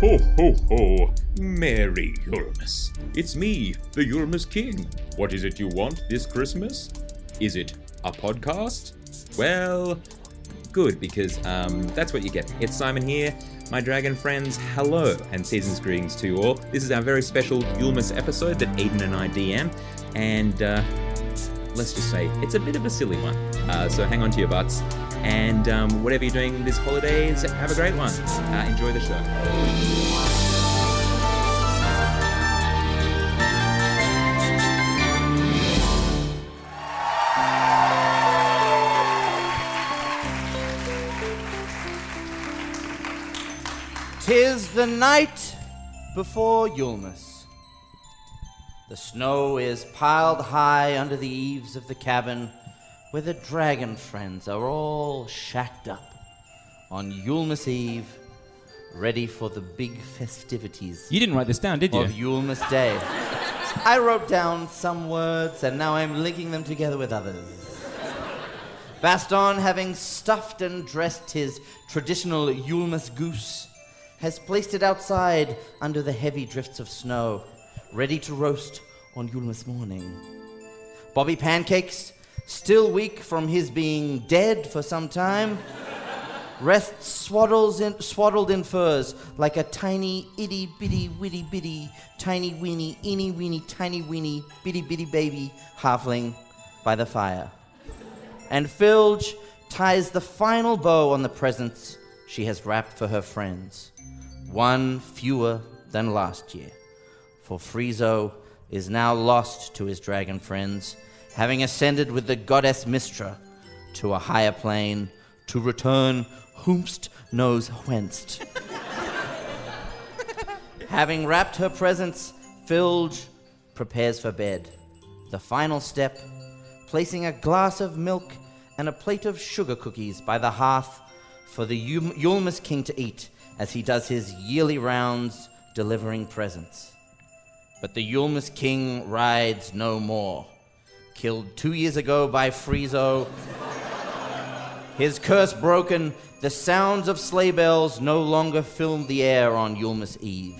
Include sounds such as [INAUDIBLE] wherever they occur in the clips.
Ho ho ho! Merry Uranus! It's me, the Uranus King. What is it you want this Christmas? Is it a podcast? Well, good because um, that's what you get. It's Simon here, my dragon friends. Hello and season's greetings to you all. This is our very special Ulmus episode that Eden and I DM, and uh, let's just say it's a bit of a silly one. Uh, so hang on to your butts, and um, whatever you're doing this holidays, have a great one. Uh, enjoy the show. Tis the night before Yulmus. The snow is piled high under the eaves of the cabin where the dragon friends are all shacked up on Yulmus Eve, ready for the big festivities You didn't write this down, did you? of Yulmus Day. I wrote down some words and now I'm linking them together with others. Baston, having stuffed and dressed his traditional Yulmus goose, has placed it outside under the heavy drifts of snow, ready to roast on Yulmus morning. Bobby Pancakes, still weak from his being dead for some time, rests swaddles in, swaddled in furs like a tiny itty bitty witty bitty tiny weeny eeny weeny tiny weeny bitty bitty baby halfling by the fire. And Filge ties the final bow on the presents she has wrapped for her friends. One fewer than last year. For Friezo is now lost to his dragon friends, having ascended with the goddess Mistra to a higher plane to return whomst knows whence. [LAUGHS] Having wrapped her presents, Filge prepares for bed. The final step, placing a glass of milk and a plate of sugar cookies by the hearth for the Yul- Yulmus King to eat as he does his yearly rounds delivering presents. But the Yulmus King rides no more. Killed two years ago by Friezo, his curse broken, the sounds of sleigh bells no longer filled the air on Yulmus Eve.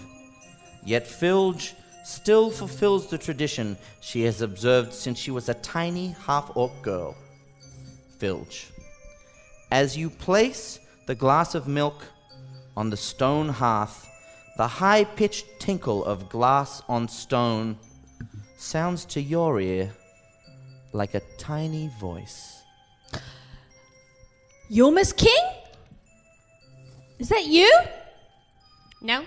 Yet Filge still fulfills the tradition she has observed since she was a tiny half orc girl. Filge. As you place the glass of milk on the stone hearth, the high pitched tinkle of glass on stone sounds to your ear like a tiny voice. You're Miss King? Is that you? No?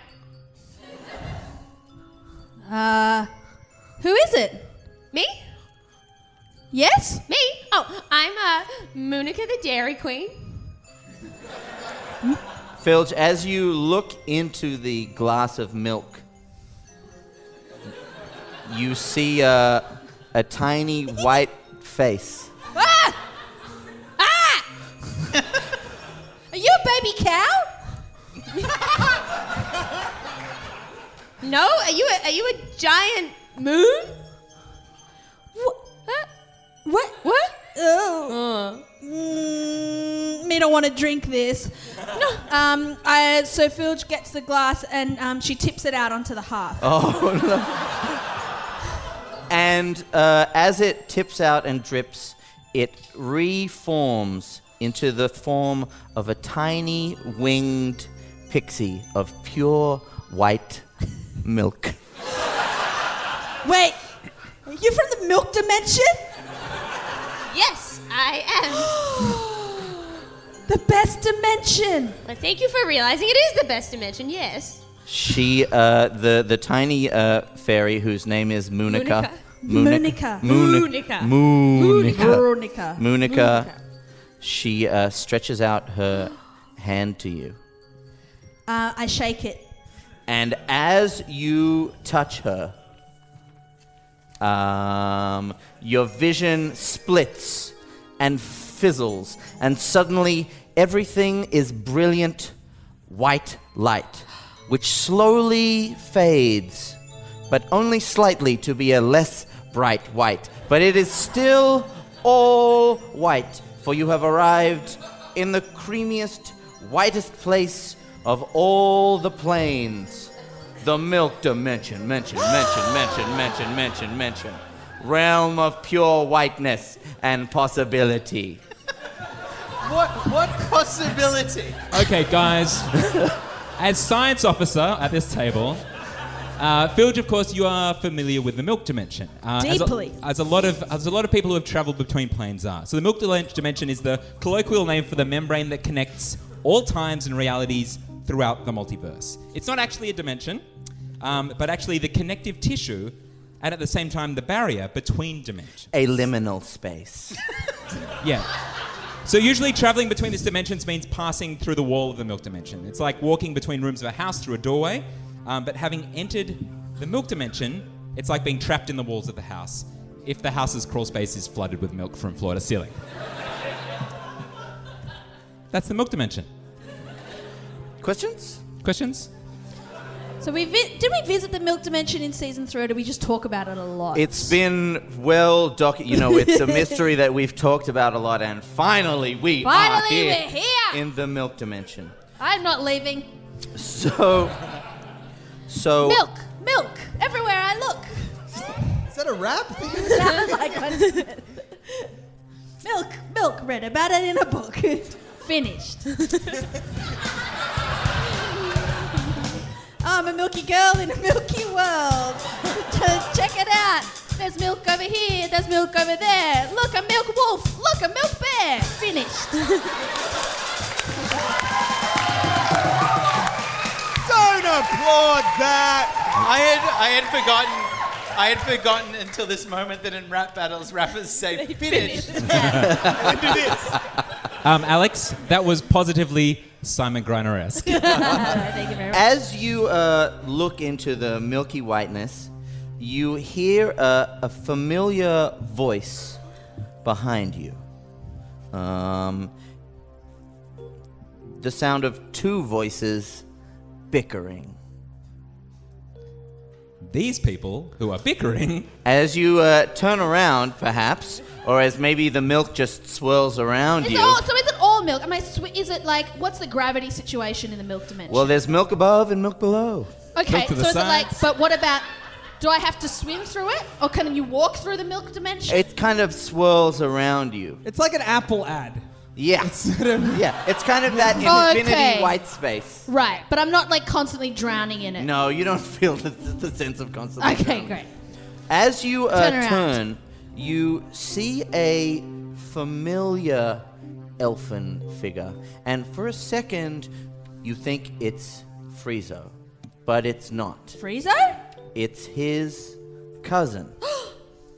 Uh, who is it? Me? Yes? Me? Oh, I'm uh, Monica the Dairy Queen. Filch, as you look into the glass of milk, you see uh, a tiny white face. Ah! Ah! Are you a baby cow? No? Are you a, are you a giant moon? What? What? What? Oh. Uh, Mm, me don't want to drink this. No. Um, I, so Filge gets the glass and um, she tips it out onto the hearth. Oh, [LAUGHS] no. And uh, as it tips out and drips, it reforms into the form of a tiny winged pixie of pure white milk. Wait, are you from the milk dimension? yes, I am. [GASPS] The best dimension. Well, thank you for realizing it is the best dimension, yes. She, uh, the the tiny uh, fairy whose name is Munica. Munica. Munica. Munica. Munica. Veronica. Munica. She uh, stretches out her hand to you, Uh, I shake it. and as you touch her, um, your vision splits and fizzles, and suddenly everything is brilliant white light, which slowly fades, but only slightly to be a less bright white. But it is still all white, for you have arrived in the creamiest, whitest place of all the plains. The milk dimension, mention, mention, mention, mention, mention, mention. Realm of pure whiteness and possibility. What what possibility? Okay, guys. As science officer at this table, uh, Filge, of course, you are familiar with the milk dimension. Uh, as a- Deeply. As a, lot of as a lot of people who have travelled between planes are. So the milk dilen- dimension is the colloquial name for the membrane that connects all times and realities throughout the multiverse. It's not actually a dimension, um, but actually the connective tissue, and at the same time the barrier between dimensions. A liminal space. [LAUGHS] Yeah. So usually traveling between these dimensions means passing through the wall of the milk dimension. It's like walking between rooms of a house through a doorway, um, but having entered the milk dimension, it's like being trapped in the walls of the house. If the house's crawl space is flooded with milk from floor to ceiling. That's the milk dimension. Questions? Questions? So we vi- did we visit the milk dimension in season three, or do we just talk about it a lot? It's been well doc. You know, it's a mystery that we've talked about a lot, and finally we are Finally, here, we're here. in the milk dimension. I'm not leaving. So, so Milk, milk, everywhere I look. Is that a rap? [LAUGHS] Sound like I just- milk, milk. Read about it in a book. [LAUGHS] Finished. [LAUGHS] I'm a milky girl in a milky world. [LAUGHS] Check it out. There's milk over here. There's milk over there. Look, a milk wolf. Look, a milk bear. Finished. Don't applaud that. I had I had forgotten I had forgotten until this moment that in rap battles rappers say [LAUGHS] finish. I [LAUGHS] do this. Um, Alex, that was positively Simon Griner [LAUGHS] esque. Thank you very much. as you uh, look into the milky whiteness, you hear a, a familiar voice behind you. Um, the sound of two voices bickering. These people who are bickering As you uh, turn around, perhaps, or as maybe the milk just swirls around Is you. it all, so is it all milk? Am I? Sw- is it like what's the gravity situation in the milk dimension? well, there's milk above and milk below. Okay, Look to so the is it like, sides. but what about, do I have to swim through it? Or can you walk through the milk dimension? It kind of swirls around you. It's like an Apple ad. Yeah. [LAUGHS] yeah. It's kind of that infinity Okay. white space. right, but I'm not like constantly drowning in it. No, you don't feel the, the sense of constant. Okay, great. As you uh, Turn turn, around. you see a familiar elfin figure, and for a second, you think it's Friezo, but it's not. Frieza? It's his cousin,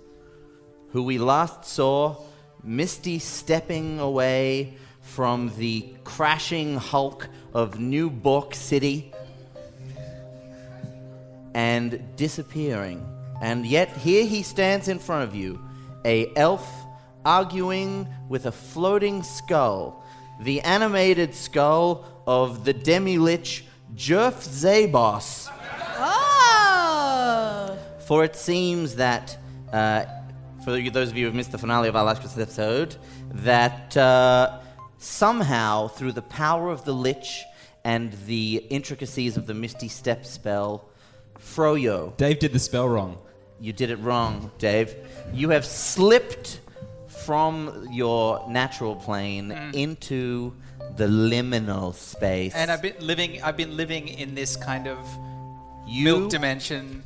[GASPS] who we last saw Misty stepping away from the crashing hulk of New Bork City and disappearing. And yet here he stands in front of you, a elf arguing with a floating skull, the animated skull of the demi-lich Jerf Zabos. Oh! For it seems that, uh, for you- those of you who have missed the finale of our last Christmas episode, that uh, somehow through the power of the Lich and the intricacies of the Misty Step spell, Froyo, Dave did the spell wrong. you did it wrong, Dave. You have slipped from your natural plane into the liminal space. And I've been living I've been living in this kind of you, milk dimension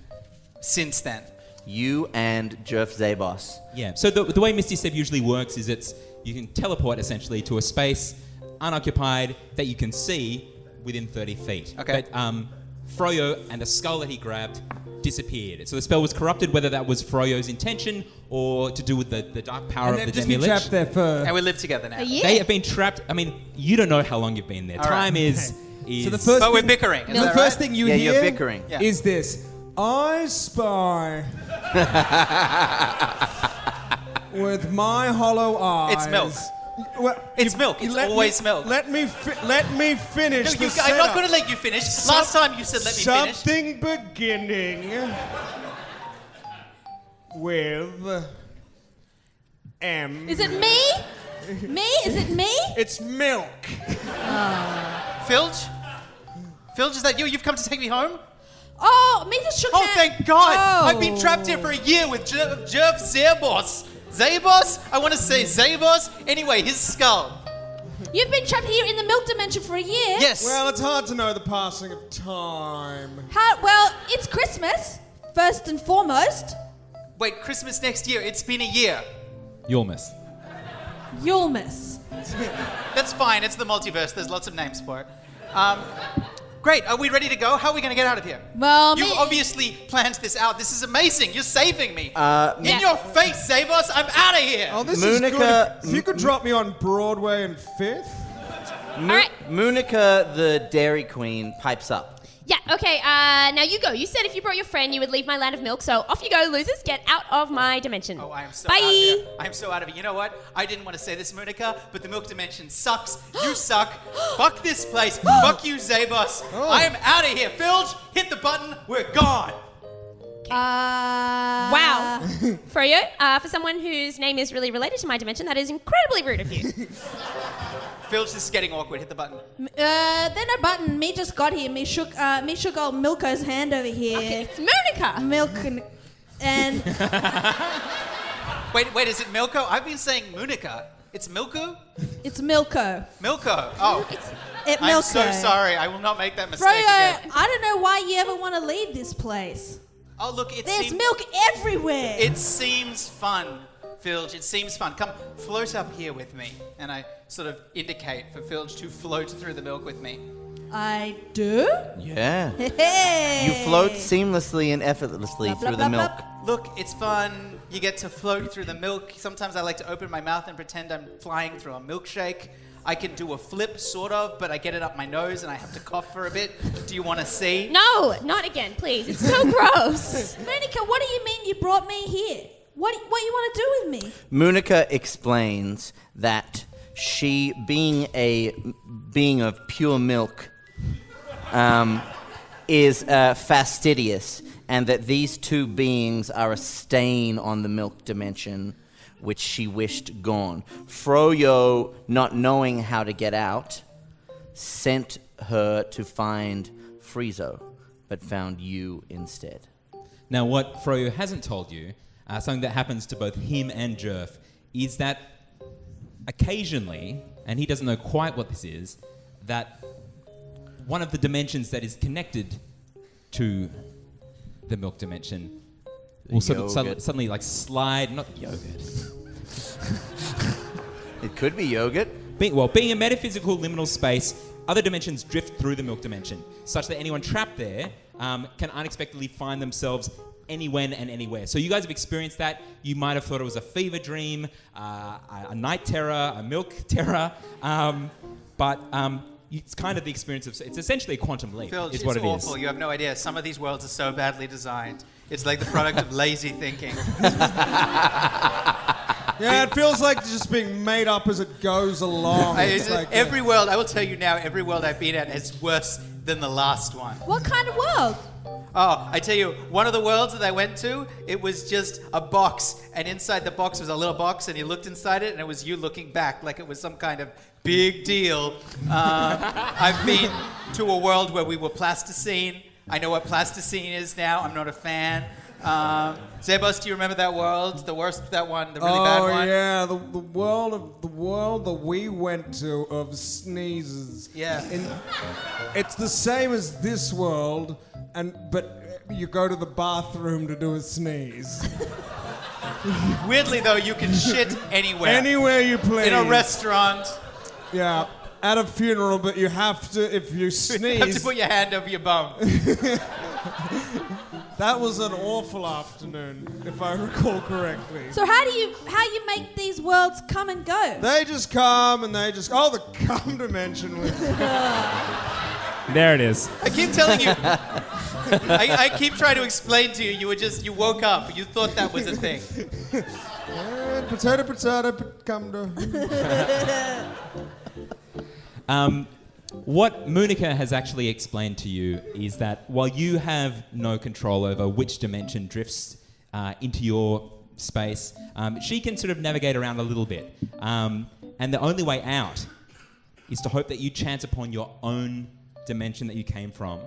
since then. you and Jerf Zabos. [LAUGHS] Yeah. So the, the way Misty Step usually works is it's you can teleport essentially to a space unoccupied that you can see within 30 feet. Okay. But um, Froyo and a skull that he grabbed disappeared. So the spell was corrupted, whether that was Froyo's intention or to do with the, the dark power And of they've the just been Demi trapped there for. And we live together now. Yeah. They have been trapped. I mean, you don't know how long you've been there. right. Time is, [LAUGHS] is. So the first, But we're thing- bickering. Is the that first right? thing you Yeah, hear you're bickering. Yeah. is this: I [LAUGHS] spy Uh, with my hollow eyes. It's milk. Well, It's milk. you It's let always me, milk. Let me fi- let me finish. No, you, the I'm not setup. going to let you finish. Last Some- time you said let me finish. something beginning with M. Is it me? Me? Is it me? It's milk. Ah. Filge? Filge, is that you? You've come to take me home? Oh, me just shook Oh, hands. thank God! Oh. I've been trapped here for a year with Jer- Jerv Zabos. Zabos? I want to say Zabos. Anyway, his skull. You've been trapped here in the milk dimension for a year. Yes. Well, it's hard to know the passing of time. How, well, it's Christmas, first and foremost. Wait, Christmas next year. It's been a year. You'll miss. You'll miss. That's fine. It's the multiverse. There's lots of names for it. Um, great. Are we ready to go? How are we going to get out of here? Well, You me- obviously planned this out. This is amazing. You're saving me. Uh, In your face, Zabos. I'm out of here. Oh, this is Moonica- good. If you could drop me on Broadway and Fifth. Mo- Moonica, the Dairy Queen, pipes up. Yeah, okay, uh, now you go. You said if you brought your friend, you would leave my land of milk, so off you go, losers. Get out of my dimension. Oh, I am so Bye. out of here. I am so out of it. You know what? I didn't want to say this, Monica, but the Milk Dimension sucks. You [GASPS] suck. Fuck this [GASPS] place. Fuck you, Zabos. Oh. I am out of here. Filge, hit the button. We're gone. Uh, Wow. [LAUGHS] Froyo, uh, for someone whose name is really related to my dimension, that is incredibly rude of you. [LAUGHS] Filge, this is getting awkward. Hit the button. Uh, then a button. Me just got here. Me shook. Uh, me shook old Milko's hand over here. it's Monica. Milk and, [LAUGHS] and Wait, wait, is it Milko? I've been saying Monica. It's Milko? it's Milko. Milko. Oh, It's, It Milko. I'm so sorry. I will not make that mistake Froyo, again. I don't know why you ever want to leave this place. Oh, look, it There's seems, milk everywhere. it seems fun, Filge. It seems fun. Come, float up here with me. And I sort of indicate for Filge to float through the milk with me. I do. Yeah. Hey. You float seamlessly and effortlessly Blah, blah, through the blah, milk. blah. Look, it's fun. You get to float through the milk. Sometimes I like to open my mouth and pretend I'm flying through a milkshake. I can do a flip, sort of, but I get it up my nose and I have to cough for a bit. Do you want to see? no, not again, please. [LAUGHS] It's so gross. Monica, what do you mean you brought me here? What What you want to do with me? Munica explains that she, being a being of pure milk, um, is uh, fastidious, and that these two beings are a stain on the milk dimension, which she wished gone. Froyo, not knowing how to get out, sent her to find Friezo, but found you instead. Now, what Froyo hasn't told you, uh, something that happens to both him and Jerf, is that occasionally, and he doesn't know quite what this is, that one of the dimensions that is connected to the milk dimension will sort of suddenly, Yogurt. suddenly like slide, not yogurt. It could be yogurt. Being, well, being a metaphysical liminal space, other dimensions drift through the milk dimension, such that anyone trapped there um, can unexpectedly find themselves anywhere and anywhere. So you guys have experienced that. You might have thought it was a fever dream, uh, a, a night terror, a milk [LAUGHS] terror, um, but um, it's kind of the experience of. It's essentially a quantum leap, Phil, is it's what it is. awful. You have no idea. Some of these worlds are so badly designed. It's like the product of lazy thinking. [LAUGHS] Yeah, it feels like just being made up as it goes along. I- It's like, every world, I will tell you now, every world I've been at is worse than the last one. What kind of world? Oh, I tell you, one of the worlds that I went to, it was just a box, and inside the box was a little box, and you looked inside it, and it was you looking back like it was some kind of big deal. Um, I've been to a world where we were plasticine. I know what plasticine is now. I'm not a fan. Um, Zebos, do you remember that world? The worst, that one, the really oh bad one. yeah, the, the world of the world that we went to of sneezes. Yeah. And it's the same as this world, and but you go to the bathroom to do [LAUGHS] a sneeze Weirdly though, you can shit anywhere. anywhere you please. In a restaurant. Yeah. at a funeral, but you have to if you [LAUGHS] You have to sneeze. put your hand over your bum. [LAUGHS] that was an awful afternoon, if I recall correctly. So how do you how you make these worlds come and go? They just come and they just oh the cum dimension [LAUGHS] was There it is. I keep telling [LAUGHS] you. I, [LAUGHS] I keep trying to explain to you. You were just, you woke up. You thought that was a thing. Eh, potato potato pot- cum to [LAUGHS] Um, what Munica has actually explained to you is that while you have no control over which dimension drifts uh, into your space, um, she can sort of navigate around a little bit. Um, and the only way out is to hope that you chance upon your own dimension that you came from.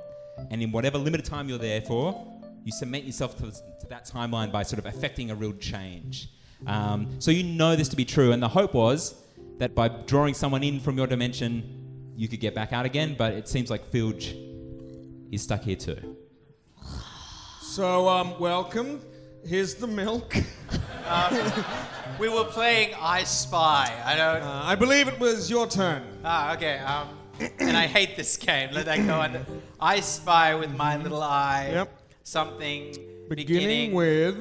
And in whatever limited time you're there for, you cement yourself to, to that timeline by sort of affecting a real change. Um, so you know this to be true. And the hope was that by drawing someone in from your dimension, you could get back out again. But it seems like Filge is stuck here too. So um welcome. Here's the milk. [LAUGHS] We were playing I Spy. I don't. Uh, I believe it was your turn. Ah, okay. Um, and I hate this game. Let that go. under I spy with my little eye. Yep. Something Beginning, beginning, with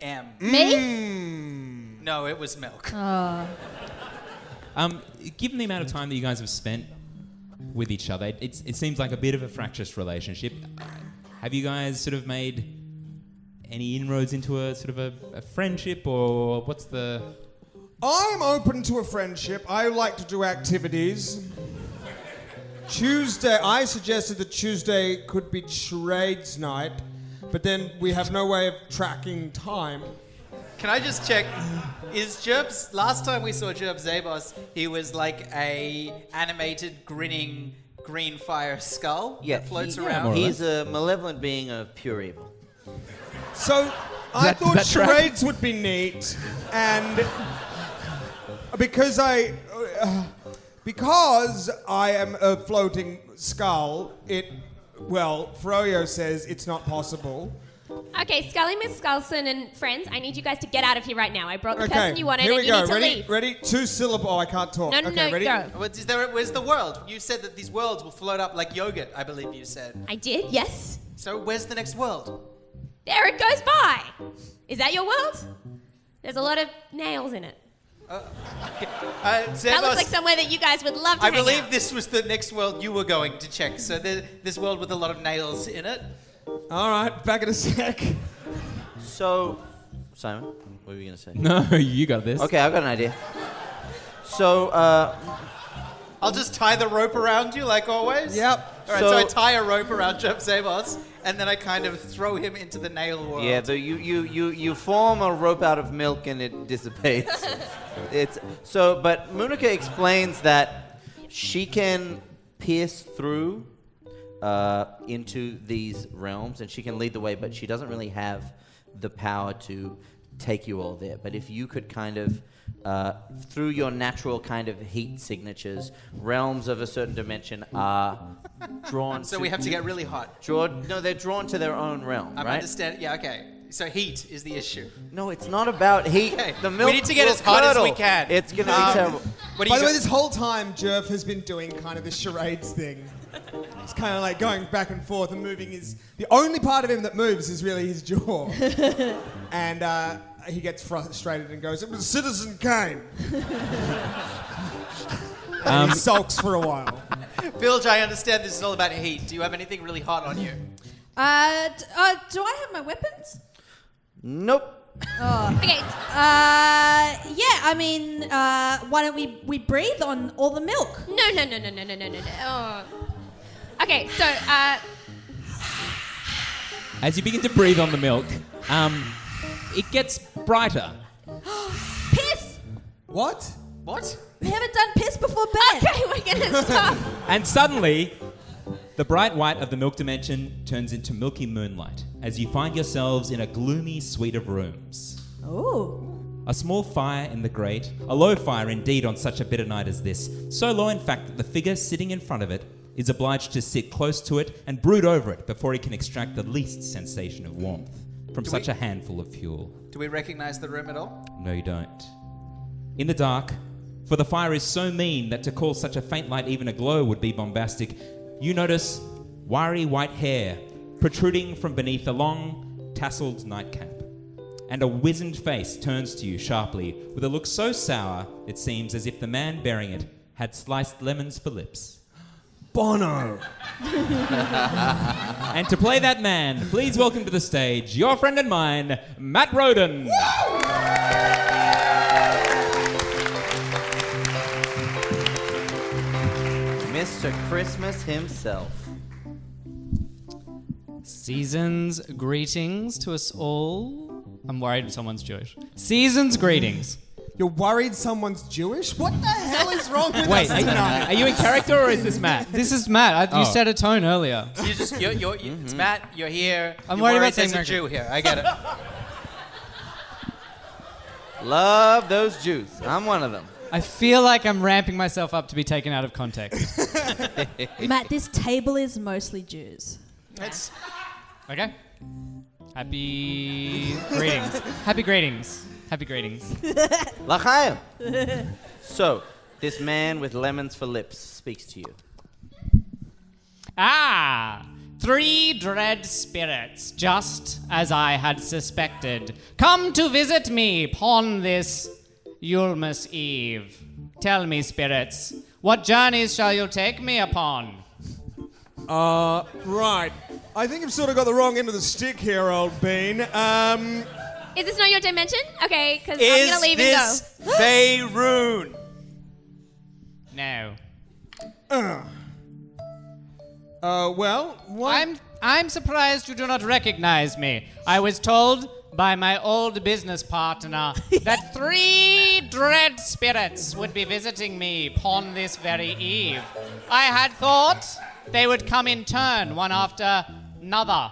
M. Me? No, it was milk. Um, given the amount of time that you guys have spent with each other, it, it's, it seems like a bit of a fractious relationship. Have you guys sort of made any inroads into a sort of a, a friendship, or what's the? I'm open to a friendship. I like to do activities. Tuesday, I suggested that Tuesday could be trades night, but then we have no way of tracking time. Can I just check? Is Jerbs? Last time we saw Jerbs Zabos, he was like a animated grinning green fire skull Yeah, that floats he- around. more or He's a malevolent being of pure evil. So I that- thought that track? trades would be neat, and because I, uh, because I am a floating skull, it, well, Froyo says it's not possible. Okay, Scully, Miss Sculson, and friends, I need you guys to get out of here right now. I brought the Okay, person you wanted, here we and you go. need to ready, leave. ready. Two syllable. Oh, I can't talk. No, no, okay, no, ready. go. What is there, where's the world? You said that these worlds will float up like yogurt, I believe you said. I did, yes. So where's the next [LAUGHS] world? There it goes by. Is that your world? There's a lot of nails in it. Uh, That Zabos- looks like somewhere that you guys would love to I hang believe out. this was the next world you were going to check. So the, this world with a lot of nails in it. All right, back in a sec. So, Simon, what were you going to say? No, [LAUGHS] you got this. Okay, I've got an idea. So, uh, I'll just tie the rope around you like always. Yep. All right, so, I So- tie a rope around Jeff Zabos, and then I kind of throw him into the nail world. yeah, the, you, you, you, you form a rope out of milk and it [LAUGHS] dissipates. it's so, but Munica explains that she can pierce through uh, into these realms and she can lead the way, but she doesn't really have the power to take you all there. But if you could kind of, uh, through your natural kind of heat signatures, realms of a certain dimension [LAUGHS] are drawn. So we have to get really hot. Drawn, no, they're drawn to their own realm, I'm right? understand. Yeah, okay. So heat is the issue. No, it's not about heat. Okay. The milk we need to get will as hot as we curdle. can. It's gonna Um, be terrible. What do By you the way, got- this whole time, Jerv has been doing kind of this charades thing. He's kind of like going back and forth and moving his. The only part of him that moves is really his jaw. [LAUGHS] and uh, he gets frustrated and goes, It was Citizen Kane. Um, and he sulks for a while. Bilge, I understand this is all about heat. Do you have anything really hot on you? Uh, d- uh, do I have my weapons? Oh. Nope. Okay, Uh, yeah. I mean, uh, why don't we we breathe on all the milk? no, no, no, no, no, no, no, no. no. Oh. Okay, so uh, As you begin to breathe on the milk, um, it gets brighter. Piss. What? What? We haven't done piss before bed. okay, [LAUGHS] we're gonna stop. And suddenly, the bright white of the milk dimension turns into milky moonlight as you find yourselves in a gloomy suite of rooms. Oh. A small fire in the grate, a low fire indeed on such a bitter night as this, so low in fact that the figure sitting in front of it is obliged to sit close to it and brood over it before he can extract the least sensation of warmth from such a handful of fuel. Do we recognize the room at all? No, you don't. In the dark, For the fire is so mean that to call such a faint light even a glow would be bombastic. You notice wiry white hair protruding from beneath a long, tasseled nightcap. And a wizened face turns to you sharply with a look so sour it seems as if the man bearing it had sliced lemons for lips. [LAUGHS] Bono! and to play that man, please welcome to the stage your friend and mine, Matt Roden. Mr. Christmas himself. Season's greetings to us all. I'm worried someone's Jewish. Season's greetings. You're worried someone's Jewish? What the hell is wrong with Wait, us are you- tonight? Are you in character or is this Matt? [LAUGHS] This is Matt. I, You Oh. set a tone earlier. You just you're, you're, you it's Matt. You're here. I'm you're worried about there's saying a Jew here. I [LAUGHS] get it. Love those Jews. I'm one of them. I feel like I'm ramping myself up to be taken out [LAUGHS] of context. Matt, this table is mostly Jews. That's Okay. Happy greetings. Happy greetings. Happy greetings. [LAUGHS] L'chaim. so, this man with lemons for lips speaks to you. Ah, three dread spirits, just as I had suspected. Come to visit me upon this Yulmus Eve. Tell me, spirits, what journeys shall you take me upon? Uh, right. I think you've sort of got the wrong end of the stick here, old bean. Um, Is this not your dimension? Okay, because I'm is gonna leave and this [GASPS] Faerun? No. uh, well, what? I'm I'm surprised you do not recognize me. I was told by my old business [LAUGHS] partner uh, that three dread spirits would be visiting me upon this very eve. I had thought they would come in turn, one after another.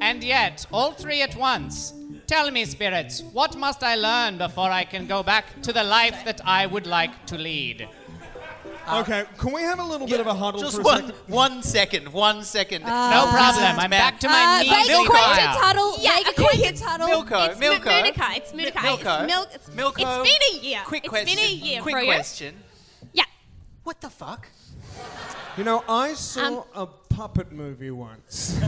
And yet, all three at once. Tell me, spirits, what must I learn before I can go back to the life that I would like to lead? okay, can we have a little bit of a huddle Just for a one one second, second? one second. Uh, No problem, I'm back Matt. to my uh, knees. Make in a quaker fire. tunnel. Yeah, make a okay, quaker it's tunnel. Milko, It's Milko. Mu- Munica, it's Munica. Mi- Milko. It's milk. It's, Milko. it's been a year. Quick It's question. been a year, Quick bro. question. Yeah. What the fuck? You know, I Um, saw a puppet movie once. [LAUGHS]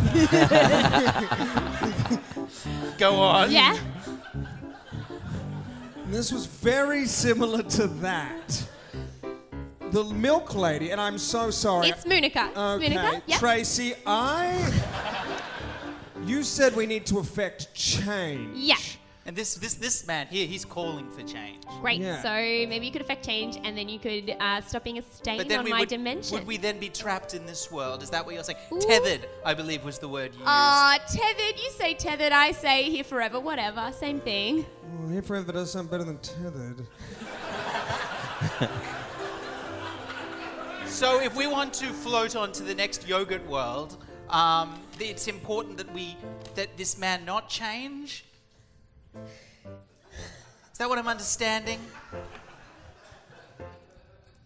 Go on. Yeah. And this was very similar to that. The milk lady, and I'm so sorry. It's Munica. It's okay, Munica. Yeah. Tracy, I. You said we need to affect change. yeah. And this this this man here, he's calling for change. Great. Yeah. So maybe you could affect change, and then you could uh, stop being a But stain then on we my would, dimension. would we then be trapped in this world? Is that what you're saying? Ooh. Tethered, I believe, was the word you used. Ah, tethered. You say tethered. I say here forever. Whatever. Same thing. Well, Here forever does sound better than tethered. So if we want to float on to the next yogurt world, um, th- it's important that we that this man not change. Is that what I'm understanding?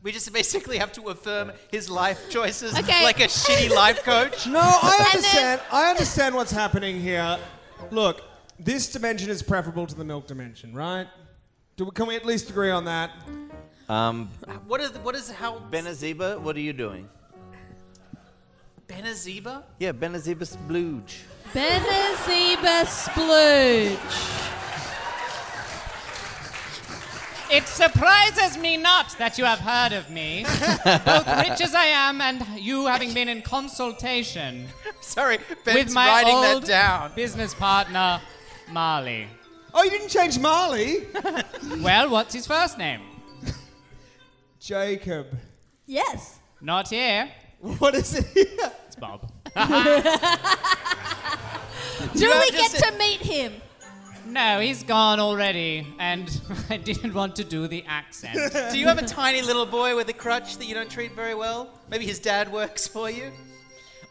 We just basically have to affirm his life choices Okay. like a shitty life coach. [LAUGHS] No, I And then- understand. I understand what's happening here. Look, this dimension is preferable to the milk dimension, right? Do we, can we at least agree on that? Um, What are the, what is how Benaziba, what are you doing? Benaziba? [LAUGHS] Yeah, Benaziba Splooge. Benaziba splooge. It surprises me not that you have heard of me, [LAUGHS] both rich as I am and you having been in consultation Sorry, Ben's with my writing old that down. business partner, Marley. Oh, you didn't change Marley. [LAUGHS] Well, what's his first name? Jacob. Yes. Not here. What is it? Here? It's [LAUGHS] Bob. [LAUGHS] Do have we to get say- to meet him? [LAUGHS] No, he's gone already, and [LAUGHS] I didn't want to do the [LAUGHS] accent. Do you have a tiny little boy with a crutch that you don't treat very well? Maybe his dad works for you?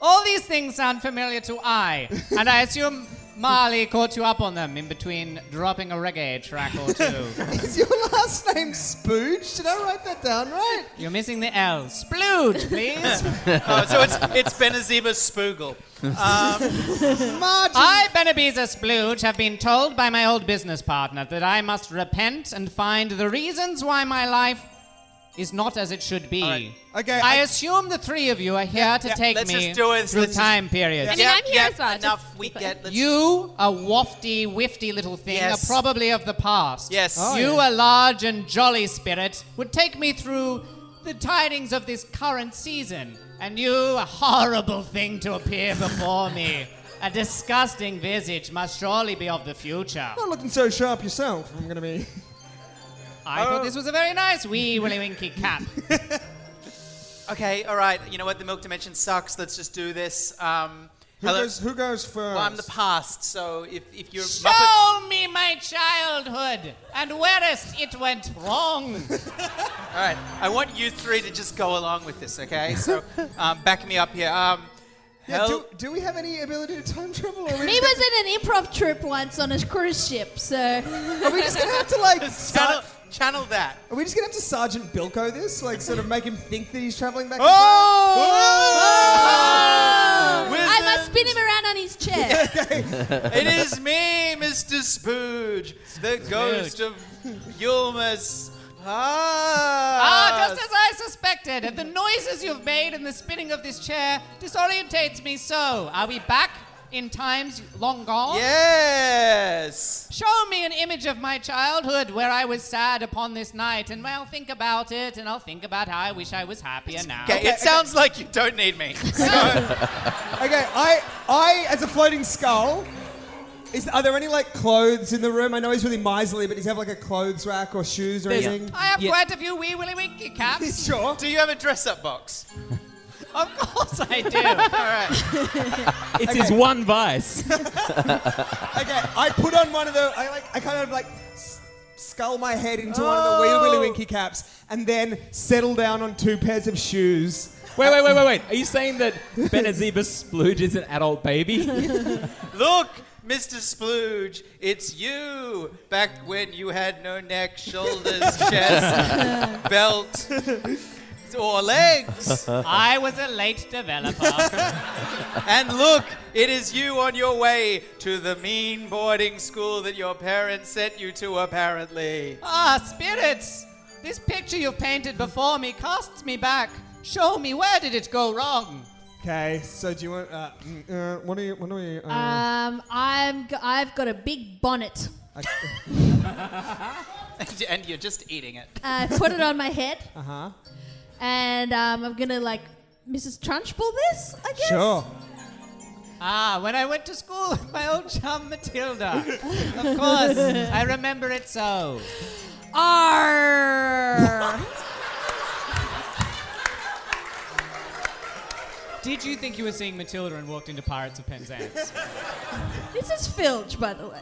All these things sound familiar to I, and I assume Marley caught you up on them in between dropping a reggae track or two. [LAUGHS] Is your last name Spooge? Did I write that down right? You're missing the L. [LAUGHS] Splooge, please. [LAUGHS] Oh, so it's it's Benaziba Spoogle. Um, Margin. I, Benabiza Splooge, have been told by my old business partner that I must repent and find the reasons why my life is not as it should be. Okay, I, I- assume [LAUGHS] the three of you are here to yeah, take let's me just do it. through Let's just- time periods. I mean, I'm here as well, just- Enough. we get. Let's, You, a wafty, wifty little thing, Yes. are probably of the past. Yes. Oh, you, a large and jolly spirit, would take me through the tidings of this current season. And you, a horrible thing to appear before me. A disgusting visage must surely be of the future. Not looking so sharp yourself. if I'm gonna be. I thought this was a very nice wee willy winky [LAUGHS] cat. Okay. All right. You know what? The milk dimension sucks. Let's just do this. Um, Who hello- goes? Who goes first? Well, I'm the past, so if if you're Muppet, Show me my childhood and whereas it went wrong. all right. I want you three to just go along with this, okay? So um, back me up here. Um, yeah, do, hell- Uh, do we have any ability to time travel? Or are we Me was in an improv troupe once on a cruise ship, so Are we just gonna have to like? channel, Sar- channel that. are we just gonna have to Sergeant Bilko this? Like, sort of make him think that he's traveling back. Oh! and Oh! Oh! I must spin him around on his chair. [LAUGHS] It is me, Mr. Spooge, the ghost of Yulmus. [LAUGHS] Ah, Ah, just as I suspected. And the noises you've made and the spinning of this chair disorientates me so. Are we back in times long gone? Yes. Show me an image of my childhood where I was sad upon this night, and I'll think about it, and I'll think about how I wish I was happier now. Okay, it sounds like you don't [LAUGHS] need me. forth? Okay, I, I as a floating skull. Is, are there any like clothes in the room? I know he's really miserly, but does he have like a clothes rack or shoes or anything? I have quite a few wee willy winky [LAUGHS] caps. Sure. Do you have a dress-up box? [LAUGHS] of course I [LAUGHS] do. All right. It's his one vice. Okay, I put on one of the. I like. I kind of like s- scull my head into one of the wee Oh. willy winky caps, and then settle down on two pairs of shoes. Wait, wait, wait, wait, wait. Are you saying that Benazibus Splooge is an adult baby? Look, Mr. Splooge, it's you. Back when you had no [LAUGHS] neck, shoulders, chest, belt, or legs. [LAUGHS] I was a late developer. [LAUGHS] And look, it is you on your way to the mean boarding school that your parents sent you to, apparently. ah, spirits! This picture you've painted before me casts me back. Show me where did it go wrong? Okay, so do you want? Uh, mm, uh, what are you? What are you? [LAUGHS] Uh, um, I'm g- I've got a big bonnet. [LAUGHS] and you're just eating it. I put it on my head, uh Uh-huh. huh. and um, I'm gonna like Mrs. Trunchbull this, I guess. Sure. Ah, when I went to school with my old chum Matilda. of course, I remember it so. Arr. [LAUGHS] Did you think you were seeing Matilda and walked into Pirates of Penzance? this is Filch, by the way.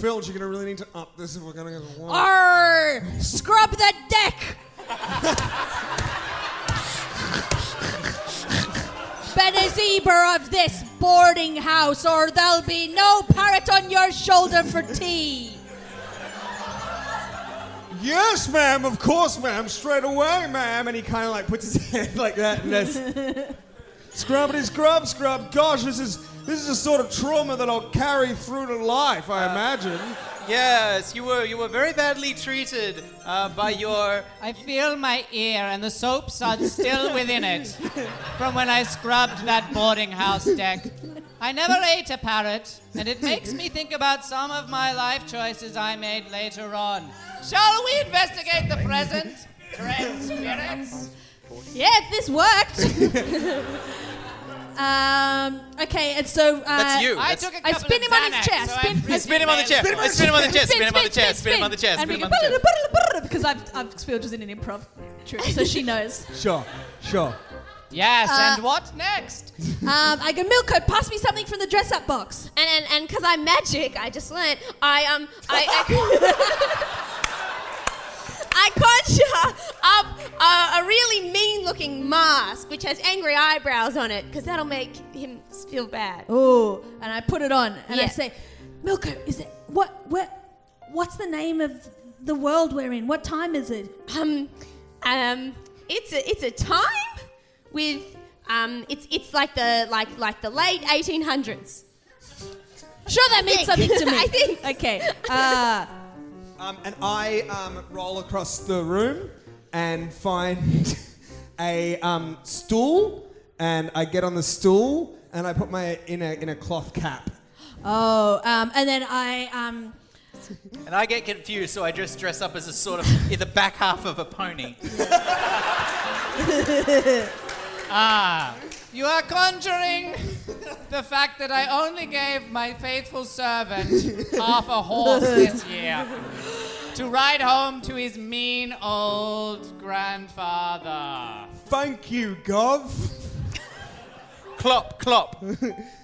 Phil, you're gonna really need to up this if we're gonna go to one. Arr. Scrub the deck. Benazebra of this boarding house, or there'll be no parrot on your shoulder for tea. Yes, ma'am. Of course, ma'am. Straight away, ma'am. And he kind of like puts his [LAUGHS] hand like that and that's scrubbity scrub scrub. Gosh, this is this is the sort of trauma that I'll carry through to life. I imagine. Yes, you were you were very badly treated uh, by your. I feel my ear and the soap suds still within it from when I scrubbed that boarding house deck. I never ate a parrot, and it makes me think about some of my life choices I made later on. Shall we investigate the present? Dread spirits? Yeah, if this worked. [LAUGHS] um, okay, and so uh, That's you. I That's- took a I couple spin of him on his Xanax, chair, so I'm spin- pretty Spin him on the well- chair. Spin him on the chair. Spin him on the chair. Spin him on the chair. And Spin we him go on the chair. because I've, I've Phil was in an improv troupe, so she knows. Sure, sure. Yes, Uh, and what next? Um, I go, Milko, pass me something from the dress up box. And and and because I'm magic, I just learnt. I um I. [LAUGHS] I I conjure up a, a really mean-looking mask which has angry eyebrows on it, because that'll make him feel bad. Ooh, and I put it on and I Yeah. say, Milko, is it what what what's the name of the world we're in? What time is it? Um, um, it's a it's a time with um, it's it's like the like like the late 1800s. Sure, that means something think. to me. [LAUGHS] I think. Okay. [LAUGHS] Uh, Um, and I um, roll across the room and find [LAUGHS] a um, stool, and I get on the stool, and I put my in a in a cloth cap. oh, um, and then I um, [LAUGHS] And I get confused, so I just dress up as a sort of in the back half of a pony. Ah, You are conjuring the fact that I only gave my faithful servant half a horse this year to ride home to his mean old grandfather. Thank you, Gov. Clop, clop,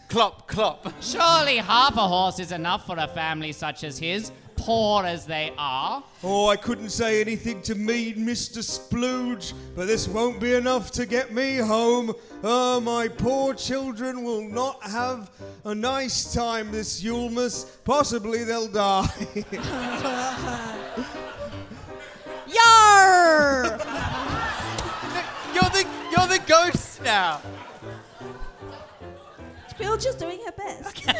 clop, clop. Surely half a horse is enough for a family such as his, poor as they are. Oh, I couldn't say anything to mean Mr. Splooge, but this won't be enough to get me home. Oh, my poor children will not have a nice time this Yulmas. Possibly they'll [LAUGHS] die. yar. You're the you're the ghost now. Phil just doing her best. [LAUGHS]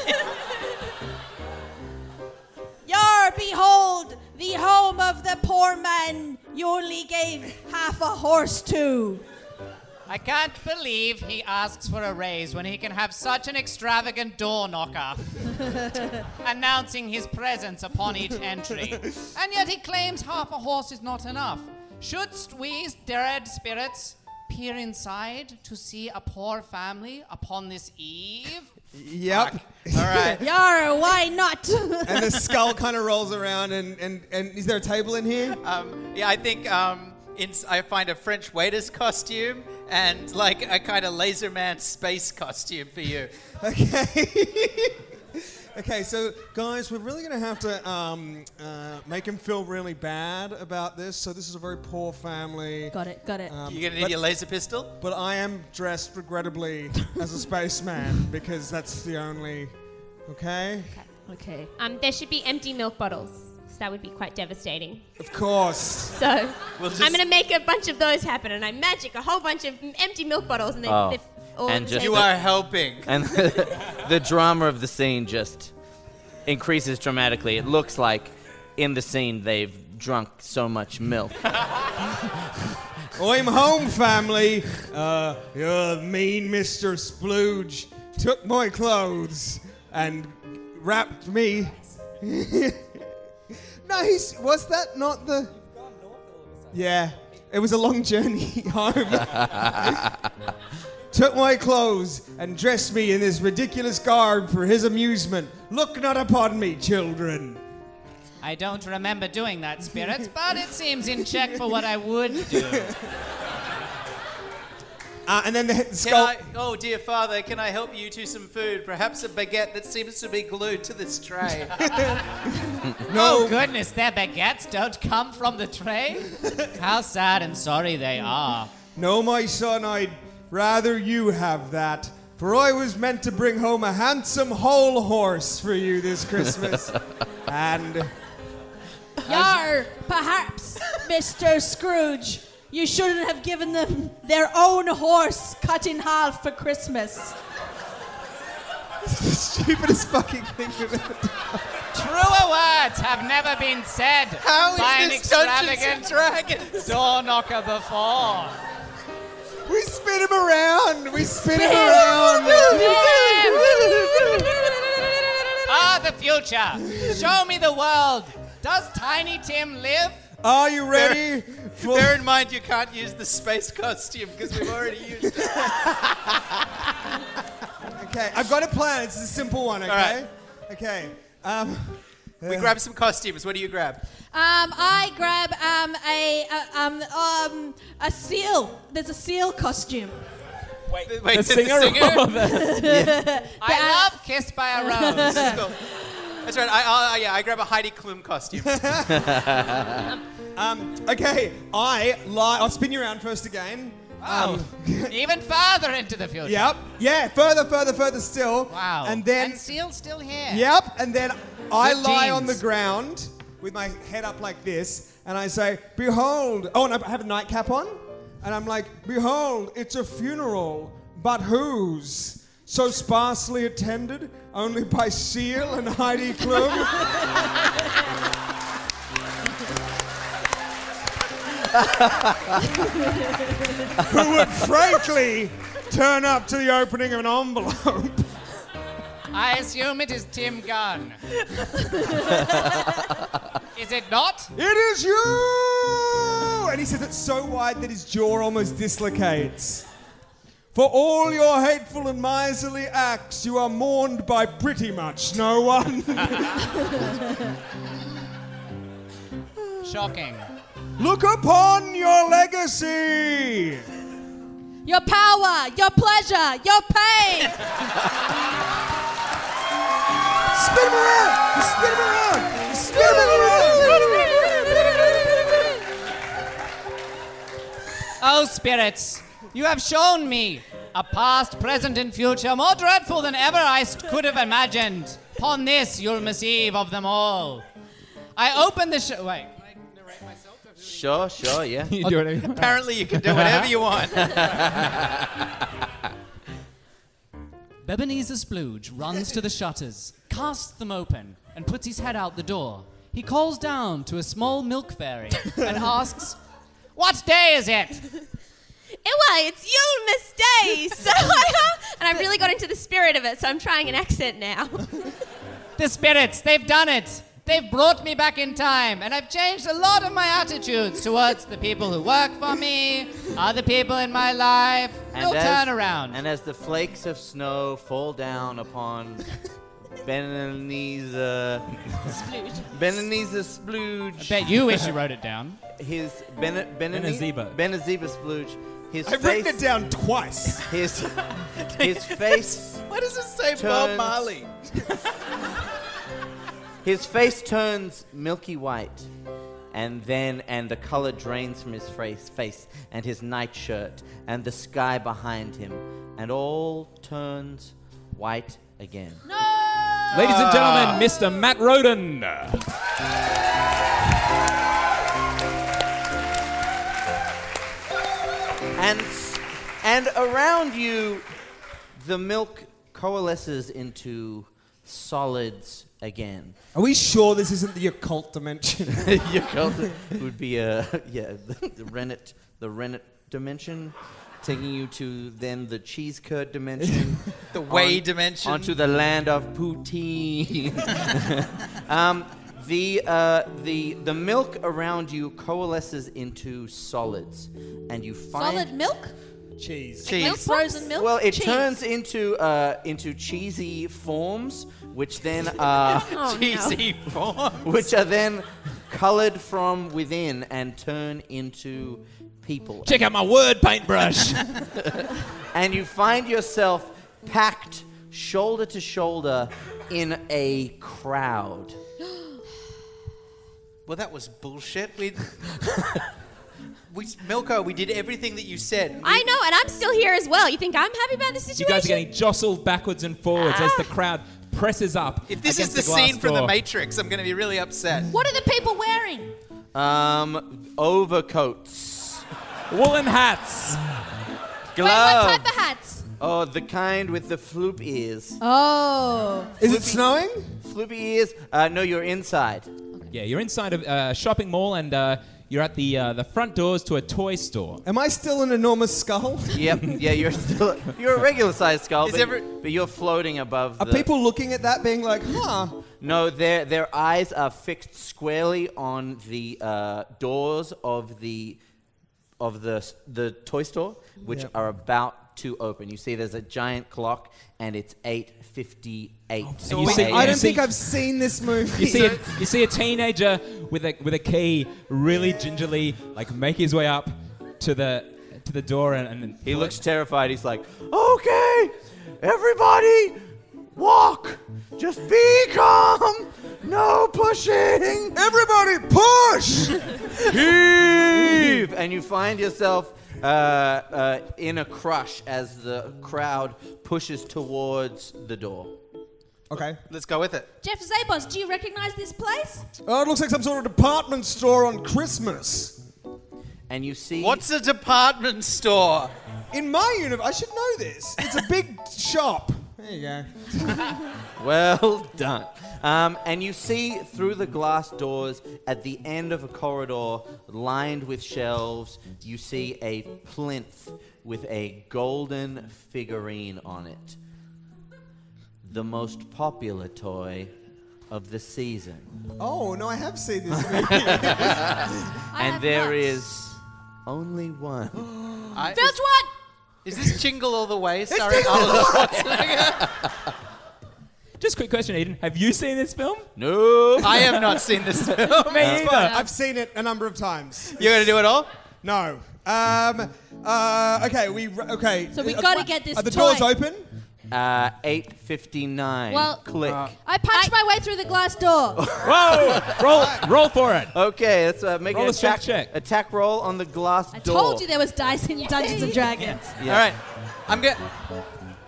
Yar, behold, the home of the poor man you only gave half a horse to. I can't believe he asks for a raise when he can have such an extravagant door knocker announcing his presence upon each entry. And yet he claims half a horse is not enough. Should we, dread spirits, peer inside to see a poor family upon this eve? yep. All [LAUGHS] right. Yar, why not? and the skull kind of rolls around and, and, and is there a table in here? Um, yeah, I think um, ins I find a French waiter's costume and like a kind of laser man space costume for you. Okay. okay, so guys, we're really going to have to um, uh, make him feel really bad about this. So this is a very poor family. got it, got it. Um, You're gonna need but, your laser pistol. but I am dressed [LAUGHS] regrettably as a spaceman because that's the only. Okay? okay. Um, there should be empty milk bottles. So that would be quite devastating. Of course. So We'll just- I'm gonna make a bunch of those happen, and I magic a whole bunch of m- empty milk bottles, and they. Oh. they all And [LAUGHS] just- You are helping. [LAUGHS] And the drama of the scene just increases dramatically. It looks like in the scene they've drunk so much milk. [LAUGHS] Oh, I'm home, family. Uh, your mean Mr. Splooge took my clothes and wrapped me. no, he's. Was that not the. Yeah. It was a long journey [LAUGHS] home. Took my clothes and dressed me in this ridiculous garb for his amusement. Look not upon me, children. I don't remember doing that, spirits, but it seems in check for what I would do. Uh, and then the the Can skull. I, oh dear father, can I help you to some food? Perhaps a baguette that seems to be glued to this [LAUGHS] tray. [LAUGHS] Oh goodness, their baguettes don't come from the tray? How sad and sorry they are. No, my son, I'd rather you have that. For I was meant to bring home a handsome whole horse for you [LAUGHS] this Christmas. and Yar, [LAUGHS] perhaps, Mr. Scrooge, you shouldn't have given them their own horse cut in half [LAUGHS] for Christmas. the stupidest fucking thing we've ever done. Truer words have never been said How by is an this Dungeons and extravagant Dragons? door knocker before. We spin him around! We spin him around! ah, the future. Show me the world. Does Tiny Tim live? Are you ready for Bear in mind you can't use the space costume because we've already used [LAUGHS] it. Okay, I've got a plan. It's a simple one, okay? right. Okay. Um, We grab some costumes. What do you grab? Um, I grab um, a, a um, um, a seal. There's a seal costume. Wait, The [LAUGHS] singer, or the- I love Kissed by a Rose. [LAUGHS] That's right. I, I, yeah, I grab a Heidi Klum [LAUGHS] costume. Okay, I lie. I'll spin you around first again. Um, [LAUGHS] Oh, even further into the future. Yep. Yeah. Further, further, further still. Wow. And then. and still, still here. yep. And then I Good lie genes. on the ground with my head up like this, and I say, "Behold!" Oh, and I have a nightcap on, and I'm like, "Behold, it's a funeral, but whose?" So sparsely attended, only by Seal and Heidi [LAUGHS] [LAUGHS] Klum. who would frankly turn up to the opening of an envelope. [LAUGHS] I assume it is Tim Gunn. is it not? It is you! And he says it so wide that his jaw almost dislocates. For all your hateful and miserly acts, you are mourned by pretty much no one. [LAUGHS] Shocking. Look upon your legacy! [LAUGHS] Your power, your pleasure, your pain. Spin him around! Spin him around! Spin him around! Oh, spirits, you have shown me a past, present, and future more dreadful than ever I s- could have imagined. Upon this, you'll miseve of them all. I open the show. Wait. Sure, sure, yeah. [LAUGHS] you do it anyway. Apparently, you can do whatever you [LAUGHS] want. Ebenezer Splooge [LAUGHS] runs to the shutters, casts them open, and puts his head out the door. He calls down to a small milk fairy and asks, What day is it? Illa, it's Yulmas Day. [LAUGHS] So I, and I really got into the spirit of it, so I'm trying an accent now. [LAUGHS] The spirits, they've done it. They've brought me back in time, and I've changed a lot of my attitudes towards the people who work for me, other people in my life. no as- turnaround. And as the flakes of snow fall down upon Beneniza. Beneniza Splooge. Bet you wish you wrote it down. his ben, Beneniza. Benaziba. Benaziba Splooge. His I've face, written it down twice. His, [LAUGHS] his face. Why does it say Turns. Bob Marley? His face turns milky white, and then and the color drains from his face, face and his nightshirt and the sky behind him, and all turns white again. Ladies and gentlemen, Mr. Matt Roden. And s- and around you, the milk coalesces into solids again. Are we sure this isn't the occult dimension? [LAUGHS] [LAUGHS] Your culture would be a [LAUGHS] yeah the, the rennet the rennet dimension, taking you to then the cheese curd dimension. [LAUGHS] The way on- dimension. onto the land of poutine. [LAUGHS] um, the uh, the the milk around you coalesces into solids, and you find Solid milk? Cheese. Like cheese. frozen milk? Well, it Cheese. turns into uh, into cheesy forms, which [LAUGHS] then are [LAUGHS] Oh, no. Cheesy form. which are then colored from within and turn into people. Check out my word paintbrush. [LAUGHS] [LAUGHS] and you find yourself packed shoulder to shoulder in a crowd. Well, that was bullshit. We, we Milko, we did everything that you said. I know, and I'm still here as well. You think I'm happy about the you situation? guys are getting jostled backwards and forwards as the crowd presses up. If this is against the, glass scene from The door. Matrix, I'm going to be really upset. What are the people wearing? Um, overcoats, Woolen hats. Wait, gloves. what type of hats? Oh, the kind with the floop ears. Oh. Is it snowing? Floopy ears. Uh, no, you're inside. Yeah, you're inside a uh, shopping mall and uh, you're at the uh, the front doors to a toy store. Am I still an enormous skull? Yep. Yeah, you're still you're a regular sized skull, Is but, every- but you're floating above. Are the, people looking at that being like, huh? No, their their eyes are fixed squarely on the uh, doors of the of the s- the toy store, which Yep. are about to open. You see, there's a giant clock, and it's eight fifty eight. And you see- Oh, I don't see- think I've seen this movie. You see, [LAUGHS] a, you see a teenager with a with a key, really gingerly, like make his way up to the to to the door and, and He looks terrified. He's like, okay, everybody, walk. Just be calm. No pushing. Everybody, push. Heave. And you find yourself uh, uh, in a crush as the crowd pushes towards the door. Okay. Let's go with it. Jeff Zabos, do you recognize this place? [LAUGHS] Oh, it looks like some sort of department store on Christmas. And you see. What's a department store? In my universe, I should know this. It's a big shop. There you go. [LAUGHS] Well [LAUGHS] done. Um, and you see through the glass doors at the end of a corridor lined with shelves, you see a plinth with a golden figurine on it. The most popular toy of the season. Oh no, I have [LAUGHS] seen this. [LAUGHS] movie. [LAUGHS] I and have there not. is only one. [GASPS] I, That's what? is, is this Jingle All the Way starring Arnold [LAUGHS] Schwarzenegger? Just quick question, Eden. Have you seen this film? No. I have not seen [LAUGHS] this film. Me either. I've seen it a number of times. You're gonna do it all? No. Um. Uh. Okay. We. Okay. So we Uh, gotta get this Are the toy. doors open? Uh, 859. Well- click. I punched my way through the glass door. Roll, roll, roll for it. okay, let's uh, make Roll an a strength attack, check. attack roll on the glass I door. told you there was dice in Dungeons and Dragons. Yeah. All right. I'm gonna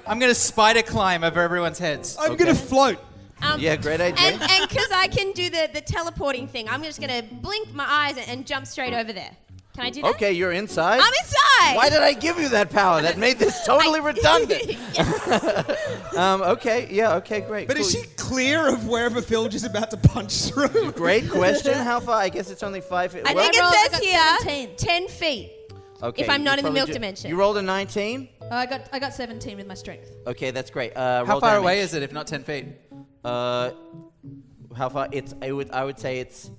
I'm gonna spider climb over everyone's heads. I'm gonna float. Um, Yeah, great idea. And because I can do the, the teleporting thing, I'm just going to blink my eyes and, and jump straight over there. Can I do that? Okay, you're inside. I'm inside. Why did I give you that power? That made this totally [LAUGHS] I- redundant. [LAUGHS] yes. Um, okay, yeah, okay, great. But is cool. she clear of wherever Philge is about to punch through? Great [LAUGHS] [LAUGHS] question. How far? I guess it's only five feet. I Well, think I rolled- it I says got here 17. 10 feet. okay, if I'm you not in the probably milk do- dimension. You rolled a 19? Oh, I got I got 17 with my strength. Okay, that's great. Uh, How roll far damage. away is it if not ten feet? Uh, how far? It's. I would, I would say it's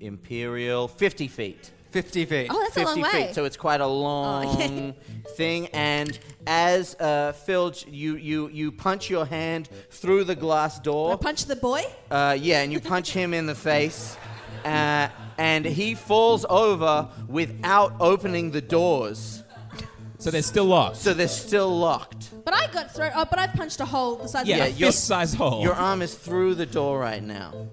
imperial 50 feet. Fifty feet. Oh, that's 50 a long feet, way. Oh, so it's quite a long okay. thing. And as uh, Phil, you, you, you punch your hand through the glass door. I punched the boy. Uh, yeah, and you punch him in the face, uh, and he falls over without opening the doors, So they're still locked. so they're still locked. But I got thrown. Oh, but I punched a hole the size Yeah, Yeah, a of you're- fist size hole. Your arm is through the door right now. my.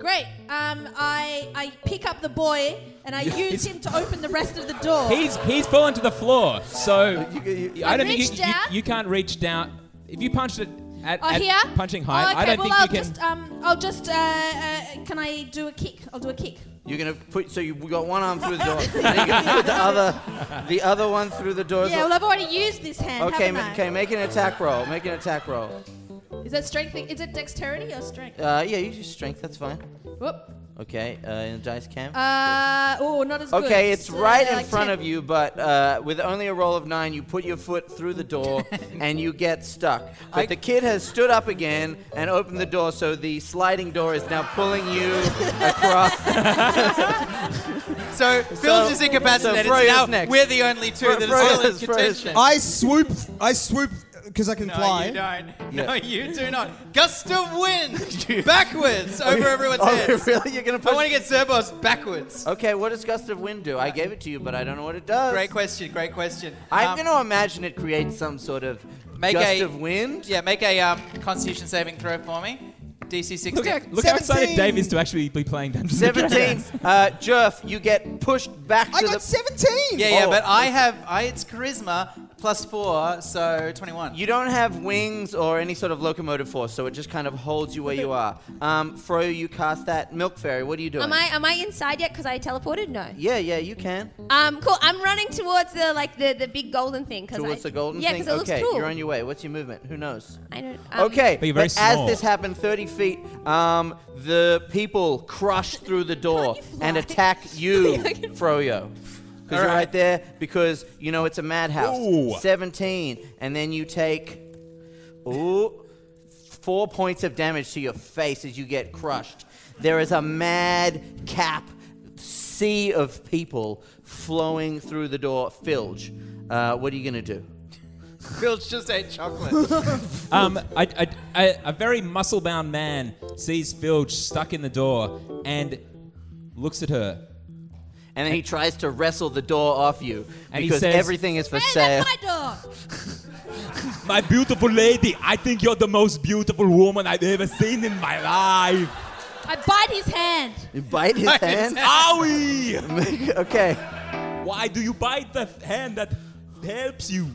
Great. Um, I I pick up the boy and I use him to open the rest of the door. he's he's fallen to the floor. So I don't think reach you, you, down. you can't reach down. If you punched it at, Oh, at here? punching height, Oh, okay. I don't well, think I'll you can. Just, um, I'll just. Uh, uh, can I do a kick? I'll do a kick. You're gonna put so you got one arm through the door, and then you're gonna put the other, the other one through the door. as Yeah. well. Well, I've already used this hand. okay, ma- Haven't okay, make an attack roll. Make an attack roll. I? Is that strength? Is it dexterity or strength? Uh, yeah, use your strength. That's fine. Whoop. Okay, uh, in the dice camp. Uh. Oh, not as good. Okay, it's right uh, in like front 10. of you, but uh, with only a roll of nine, you put your foot through the [LAUGHS] door and you get stuck. But I- the kid has stood up again and opened the door, so the sliding door is now pulling [LAUGHS] you across. So Phil's just incapacitated. so Froyo's So now next. we're the only two Fro- that Froyo's- are still in Froyo's- contention. I swoop. I swoop because I can no, fly. you don't. Yeah. No, you do not. Gust [LAUGHS] of wind backwards over everyone's oh, heads. really? You're gonna I push? want to get Zerbos backwards. okay, what does gust of wind do? I gave it to you, but I don't know what it does. Great question. Great question. I'm Um, gonna imagine it creates some sort of Make gust a- [LAUGHS] of wind. Yeah, make a um, Constitution saving throw for me. DC 16. Look, how- look how excited Dave is to actually be playing Dungeons and Seventeen. Dragons. Uh, Jerf, you get pushed back I to got the. 17. Yeah, yeah, Oh. but I have I it's charisma plus four, so twenty-one. You don't have wings or any sort of locomotive force, so it just kind of holds you where you are. Um, Froyo, you cast that milk fairy. What are you doing? Am I am I inside yet? Because I teleported. No. Yeah, yeah, you can. Um. Cool. I'm running towards the like the, the big golden thing. Cause Towards the I, golden yeah, thing. 'cause it okay, looks cool. you're on your way. What's your movement? Who knows? I don't. Um, okay, But you're very as small. this happened, 30 feet, um, the people crush through the door you fly? and attack you, I can- Froyo. Because you're Alright. right there, because, you know, it's a madhouse. Ooh. 17, and then you take, ooh, four points of damage to your face as you get crushed. There is a mad cap sea of people flowing through the door. Filge, uh, what are you going to do? [LAUGHS] Phil's just ate chocolate. [LAUGHS] Um, I, I, I, a very muscle-bound man sees Filch stuck in the door and looks at her. and then he tries to wrestle the door off you And [LAUGHS] he because says- everything is for Hey, sale. that's my dog. My beautiful lady, I think you're the most beautiful woman I've ever seen in my life. I bite his hand. You bite his hand. Owie! [LAUGHS] okay. Why do you bite the hand that helps you?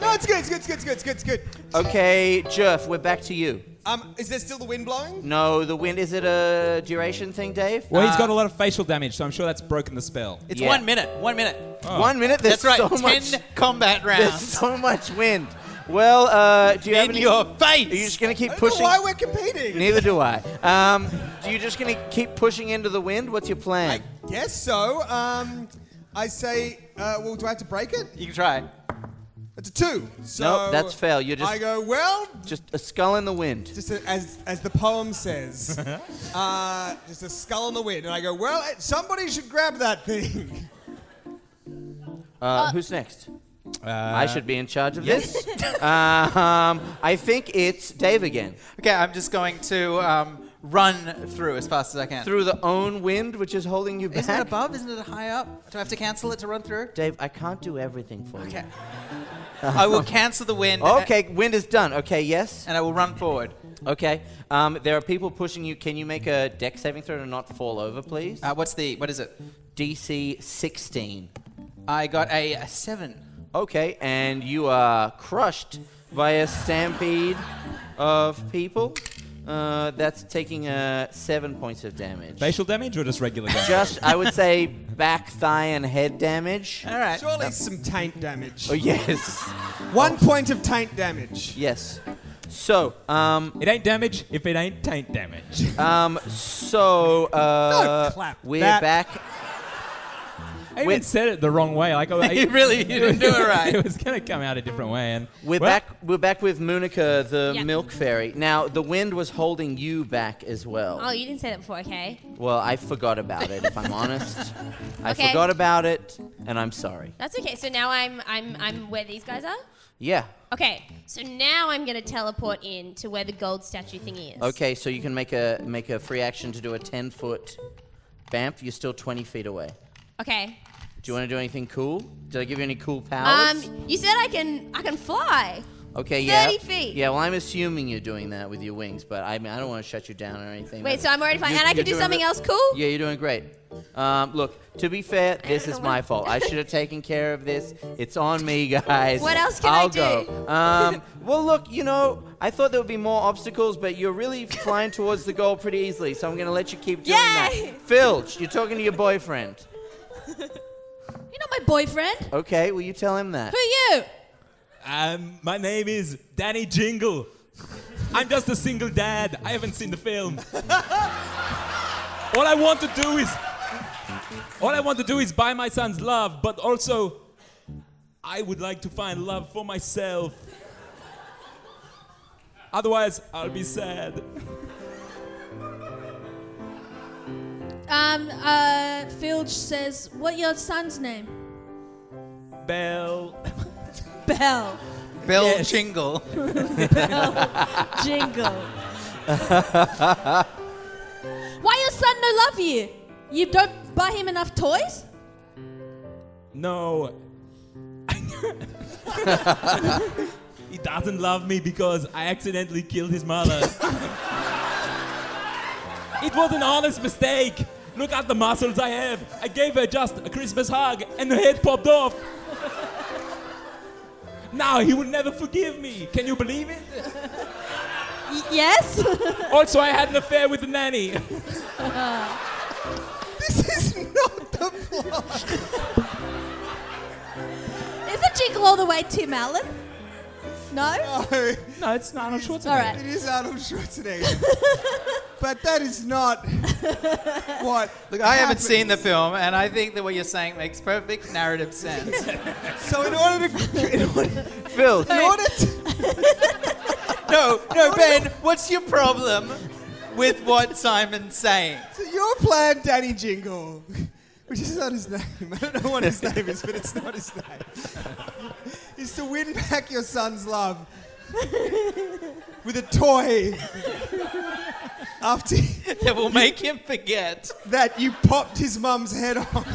No, it's good, it's good, it's good, it's good, it's good, it's good. Okay, Jerf, we're back to you. Um, is there still the wind blowing? No, the wind. Is it a duration thing, Dave? Uh, Well, he's got a lot of facial damage, so I'm sure that's broken the spell. Uh, It's Yeah. one minute. One minute. Oh. One minute. There's That's so right. Ten much. combat [LAUGHS] There's rounds so much wind. Well, uh, do you have in any? your Are you face. just gonna keep I don't pushing? know why we're competing. Neither do I. Um, do you just gonna keep pushing into the wind? What's your plan? Yes, so um, I say, uh, well, do I have to break it? You can try. It's a two. So Nope, that's fail. You're just- I go well, Just a skull in the wind. just a, as as the poem [LAUGHS] says, uh, just a skull in the wind, and I go well. eh, Somebody should grab that [LAUGHS] thing. Uh, who's next? uh, I should be in charge of this. [LAUGHS] um, I think it's Dave again. Okay, I'm just going to um, run through as fast as I can. Through the own wind, which is holding you back. Isn't it above? Isn't it high up? Do I have to cancel it to run through? Dave, I can't do everything for Okay. I will cancel the wind. you. Okay, wind is done. Okay, yes. And I will run forward. Okay. Um, there are people pushing you. Can you make a deck saving throw to not fall over, please? Uh, what's the? What is it? DC 16. I got a, a seven. Okay, and you are crushed by a stampede of people. Uh, that's taking uh, seven points of damage. Facial damage or just regular damage? Just, I would say, back thigh and head damage. All right. Surely some taint damage. Oh yes, One point of taint damage. yes. So, um, it ain't damage if it ain't taint damage. um, so uh, Don't clap we're that. back. I even We're- said it the wrong way. Like, [LAUGHS] I, You really you didn't do [LAUGHS] it right. it was going to come out a different way. And We're well, back. We're back with Munica, the Yeah. milk fairy. Now, the wind was holding you back as well. Oh, you didn't say that before, okay? Well, I forgot about it. [LAUGHS] If I'm honest, [LAUGHS] I Okay. forgot about it, and I'm sorry. That's okay. So now I'm I'm I'm where these guys are. Yeah. Okay. So now I'm gonna teleport in to where the gold statue thing is. Okay, so you can make a make a free action to do a ten foot bamf. You're still twenty feet away. Okay. Do you want to do anything cool? Did I give you any cool Um, powers? you said I can I can fly. okay, yeah. 30 feet. Yeah, well, I'm assuming you're doing that with your wings, but I mean, I don't want to shut you down or anything. Wait, but- so I'm already flying, You- and I you're can do doing something re- else cool. Yeah, you're doing great. Um, look, to be fair, this don't is know my what- fault. I should have taken care of this. It's on me, [LAUGHS] guys. What else can I I'll do? [LAUGHS] Go. Um, well, look, you know, I thought there would be more obstacles, but you're really flying towards the goal pretty easily, so I'm going to let you keep doing Yay! that. Filch, you're talking to your boyfriend. You're not my boyfriend. Okay, will you tell him that? Who are you? Um, my name is Danny Jingle. I'm just a single dad. I haven't seen the film. all I want to do is, all I want to do is buy my son's love, but also, I would like to find love for myself. Otherwise, I'll be sad. Um, uh, Filch says, what your son's name? Bell. Bell. Bill Jingle. [LAUGHS] Jingle. Why your son no love you? You don't buy him enough toys? No. [LAUGHS] he doesn't love me because I accidentally killed his mother. it was an honest mistake. Look at the muscles I have. I gave her just a Christmas hug and her head popped off. now he will never forgive me. Can you believe it? Y- yes? [LAUGHS] Also, I had an affair with the nanny. [LAUGHS] This is not the plot. Is it Jingle all the way Tim Allen? No? No, no, it's not. I'm sure it's All right. Oh, it is Arnold Schwarzenegger. [LAUGHS] but that is [LAUGHS] not what. Look, I haven't seen the film, and I think that what you're saying makes perfect narrative sense. So in order [LAUGHS] to, in order, Filch, in order to no, no, Ben, what's your problem with what Simon's saying? So your plan, Danny Jingle, [LAUGHS] which is not his name. I don't know what [LAUGHS] his [LAUGHS] name is, but it's not his name. Is to win back your son's love with a toy. after [LAUGHS] that will make him forget. that you popped his mum's head off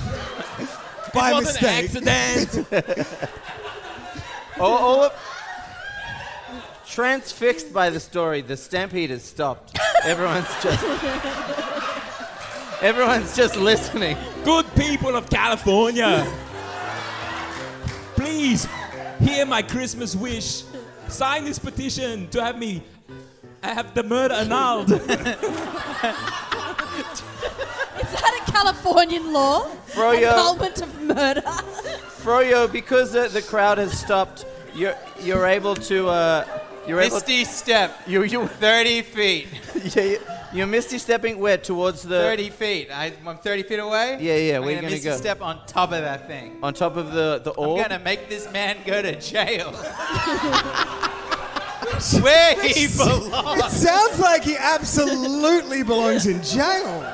by was an mistake. accident. [LAUGHS] Oh, oh. Transfixed by the story, the stampede has stopped. Everyone's just. Everyone's just listening. Good people of California, please hear my Christmas wish. Sign this petition to have me have the murder annulled. [LAUGHS] Is that a Californian law? Throw your, Annulment of murder. throw your, because the, the crowd has stopped. You're you're able to. Uh, you're able. Misty step, You [LAUGHS] you 30 feet. [LAUGHS] yeah, you- you're misty stepping where towards the 30 feet. I, I'm 30 feet away. Yeah, yeah, I'm where you gonna gonna Misty go? step on top of that thing. on top of the the I'm orb. gonna make this man go to jail. Where he belongs. Sounds like he absolutely belongs in jail.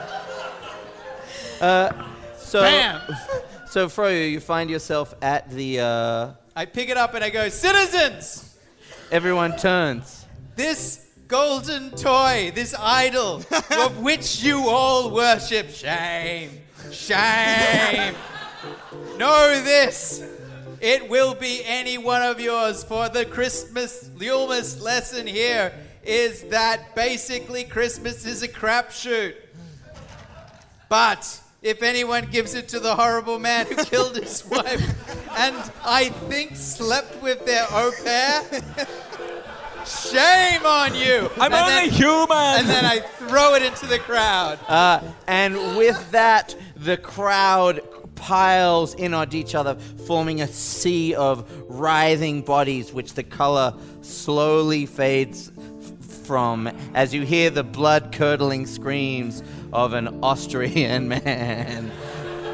Uh, so Bam! [LAUGHS] so Froyo, you find yourself at the. Uh, I pick it up and I go, citizens. everyone turns. This golden toy, this idol of which you all worship, shame, shame. know this. It will be any one of yours, for the Christmas Lulmas lesson here is that basically Christmas is a crapshoot. But if anyone gives it to the horrible man who killed his [LAUGHS] wife and I think slept with their au pair, shame on you! and I'm only then, human. And then I throw it into the crowd. Uh, and with that, the crowd piles in on each other, forming a sea of writhing bodies, which the color slowly fades f- from as you hear the blood curdling screams of an Austrian [LAUGHS] man.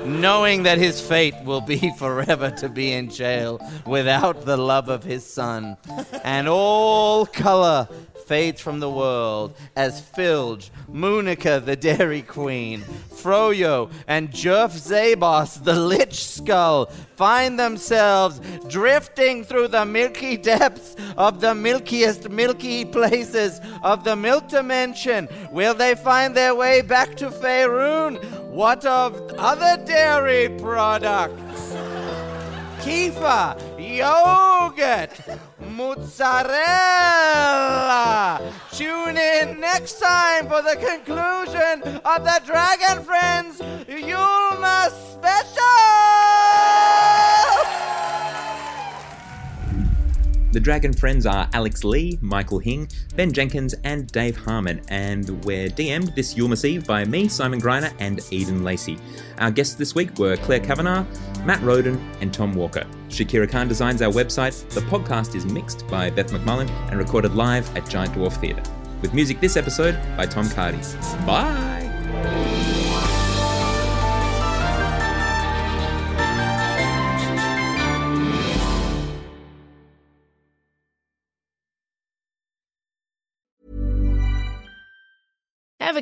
Knowing that his fate will be [LAUGHS] forever to be in jail without the love of his son, and all color fades from the world as Filge, Moonica the Dairy Queen, Froyo, and Jerf Zabos the Lich Skull find themselves drifting through the milky depths of the milkiest milky places of the milk dimension. Will they find their way back to Faerun? What of other dairy products? kefir, yogurt, mozzarella. Tune in next time for the conclusion of the Dragon Friends Yulma special. The Dragon Friends are Alex Lee, Michael Hing, Ben Jenkins, and Dave Harmon, and we're DM'd this Yulmas Eve by me, Simon Griner, and Eden Lacey. Our guests this week were Claire Kavanagh, Matt Roden, and Tom Walker. Shakira Khan designs our website. The podcast is mixed by Beth McMullen and recorded live at Giant Dwarf Theatre. With music this episode by Tom Cardy. Bye! Ever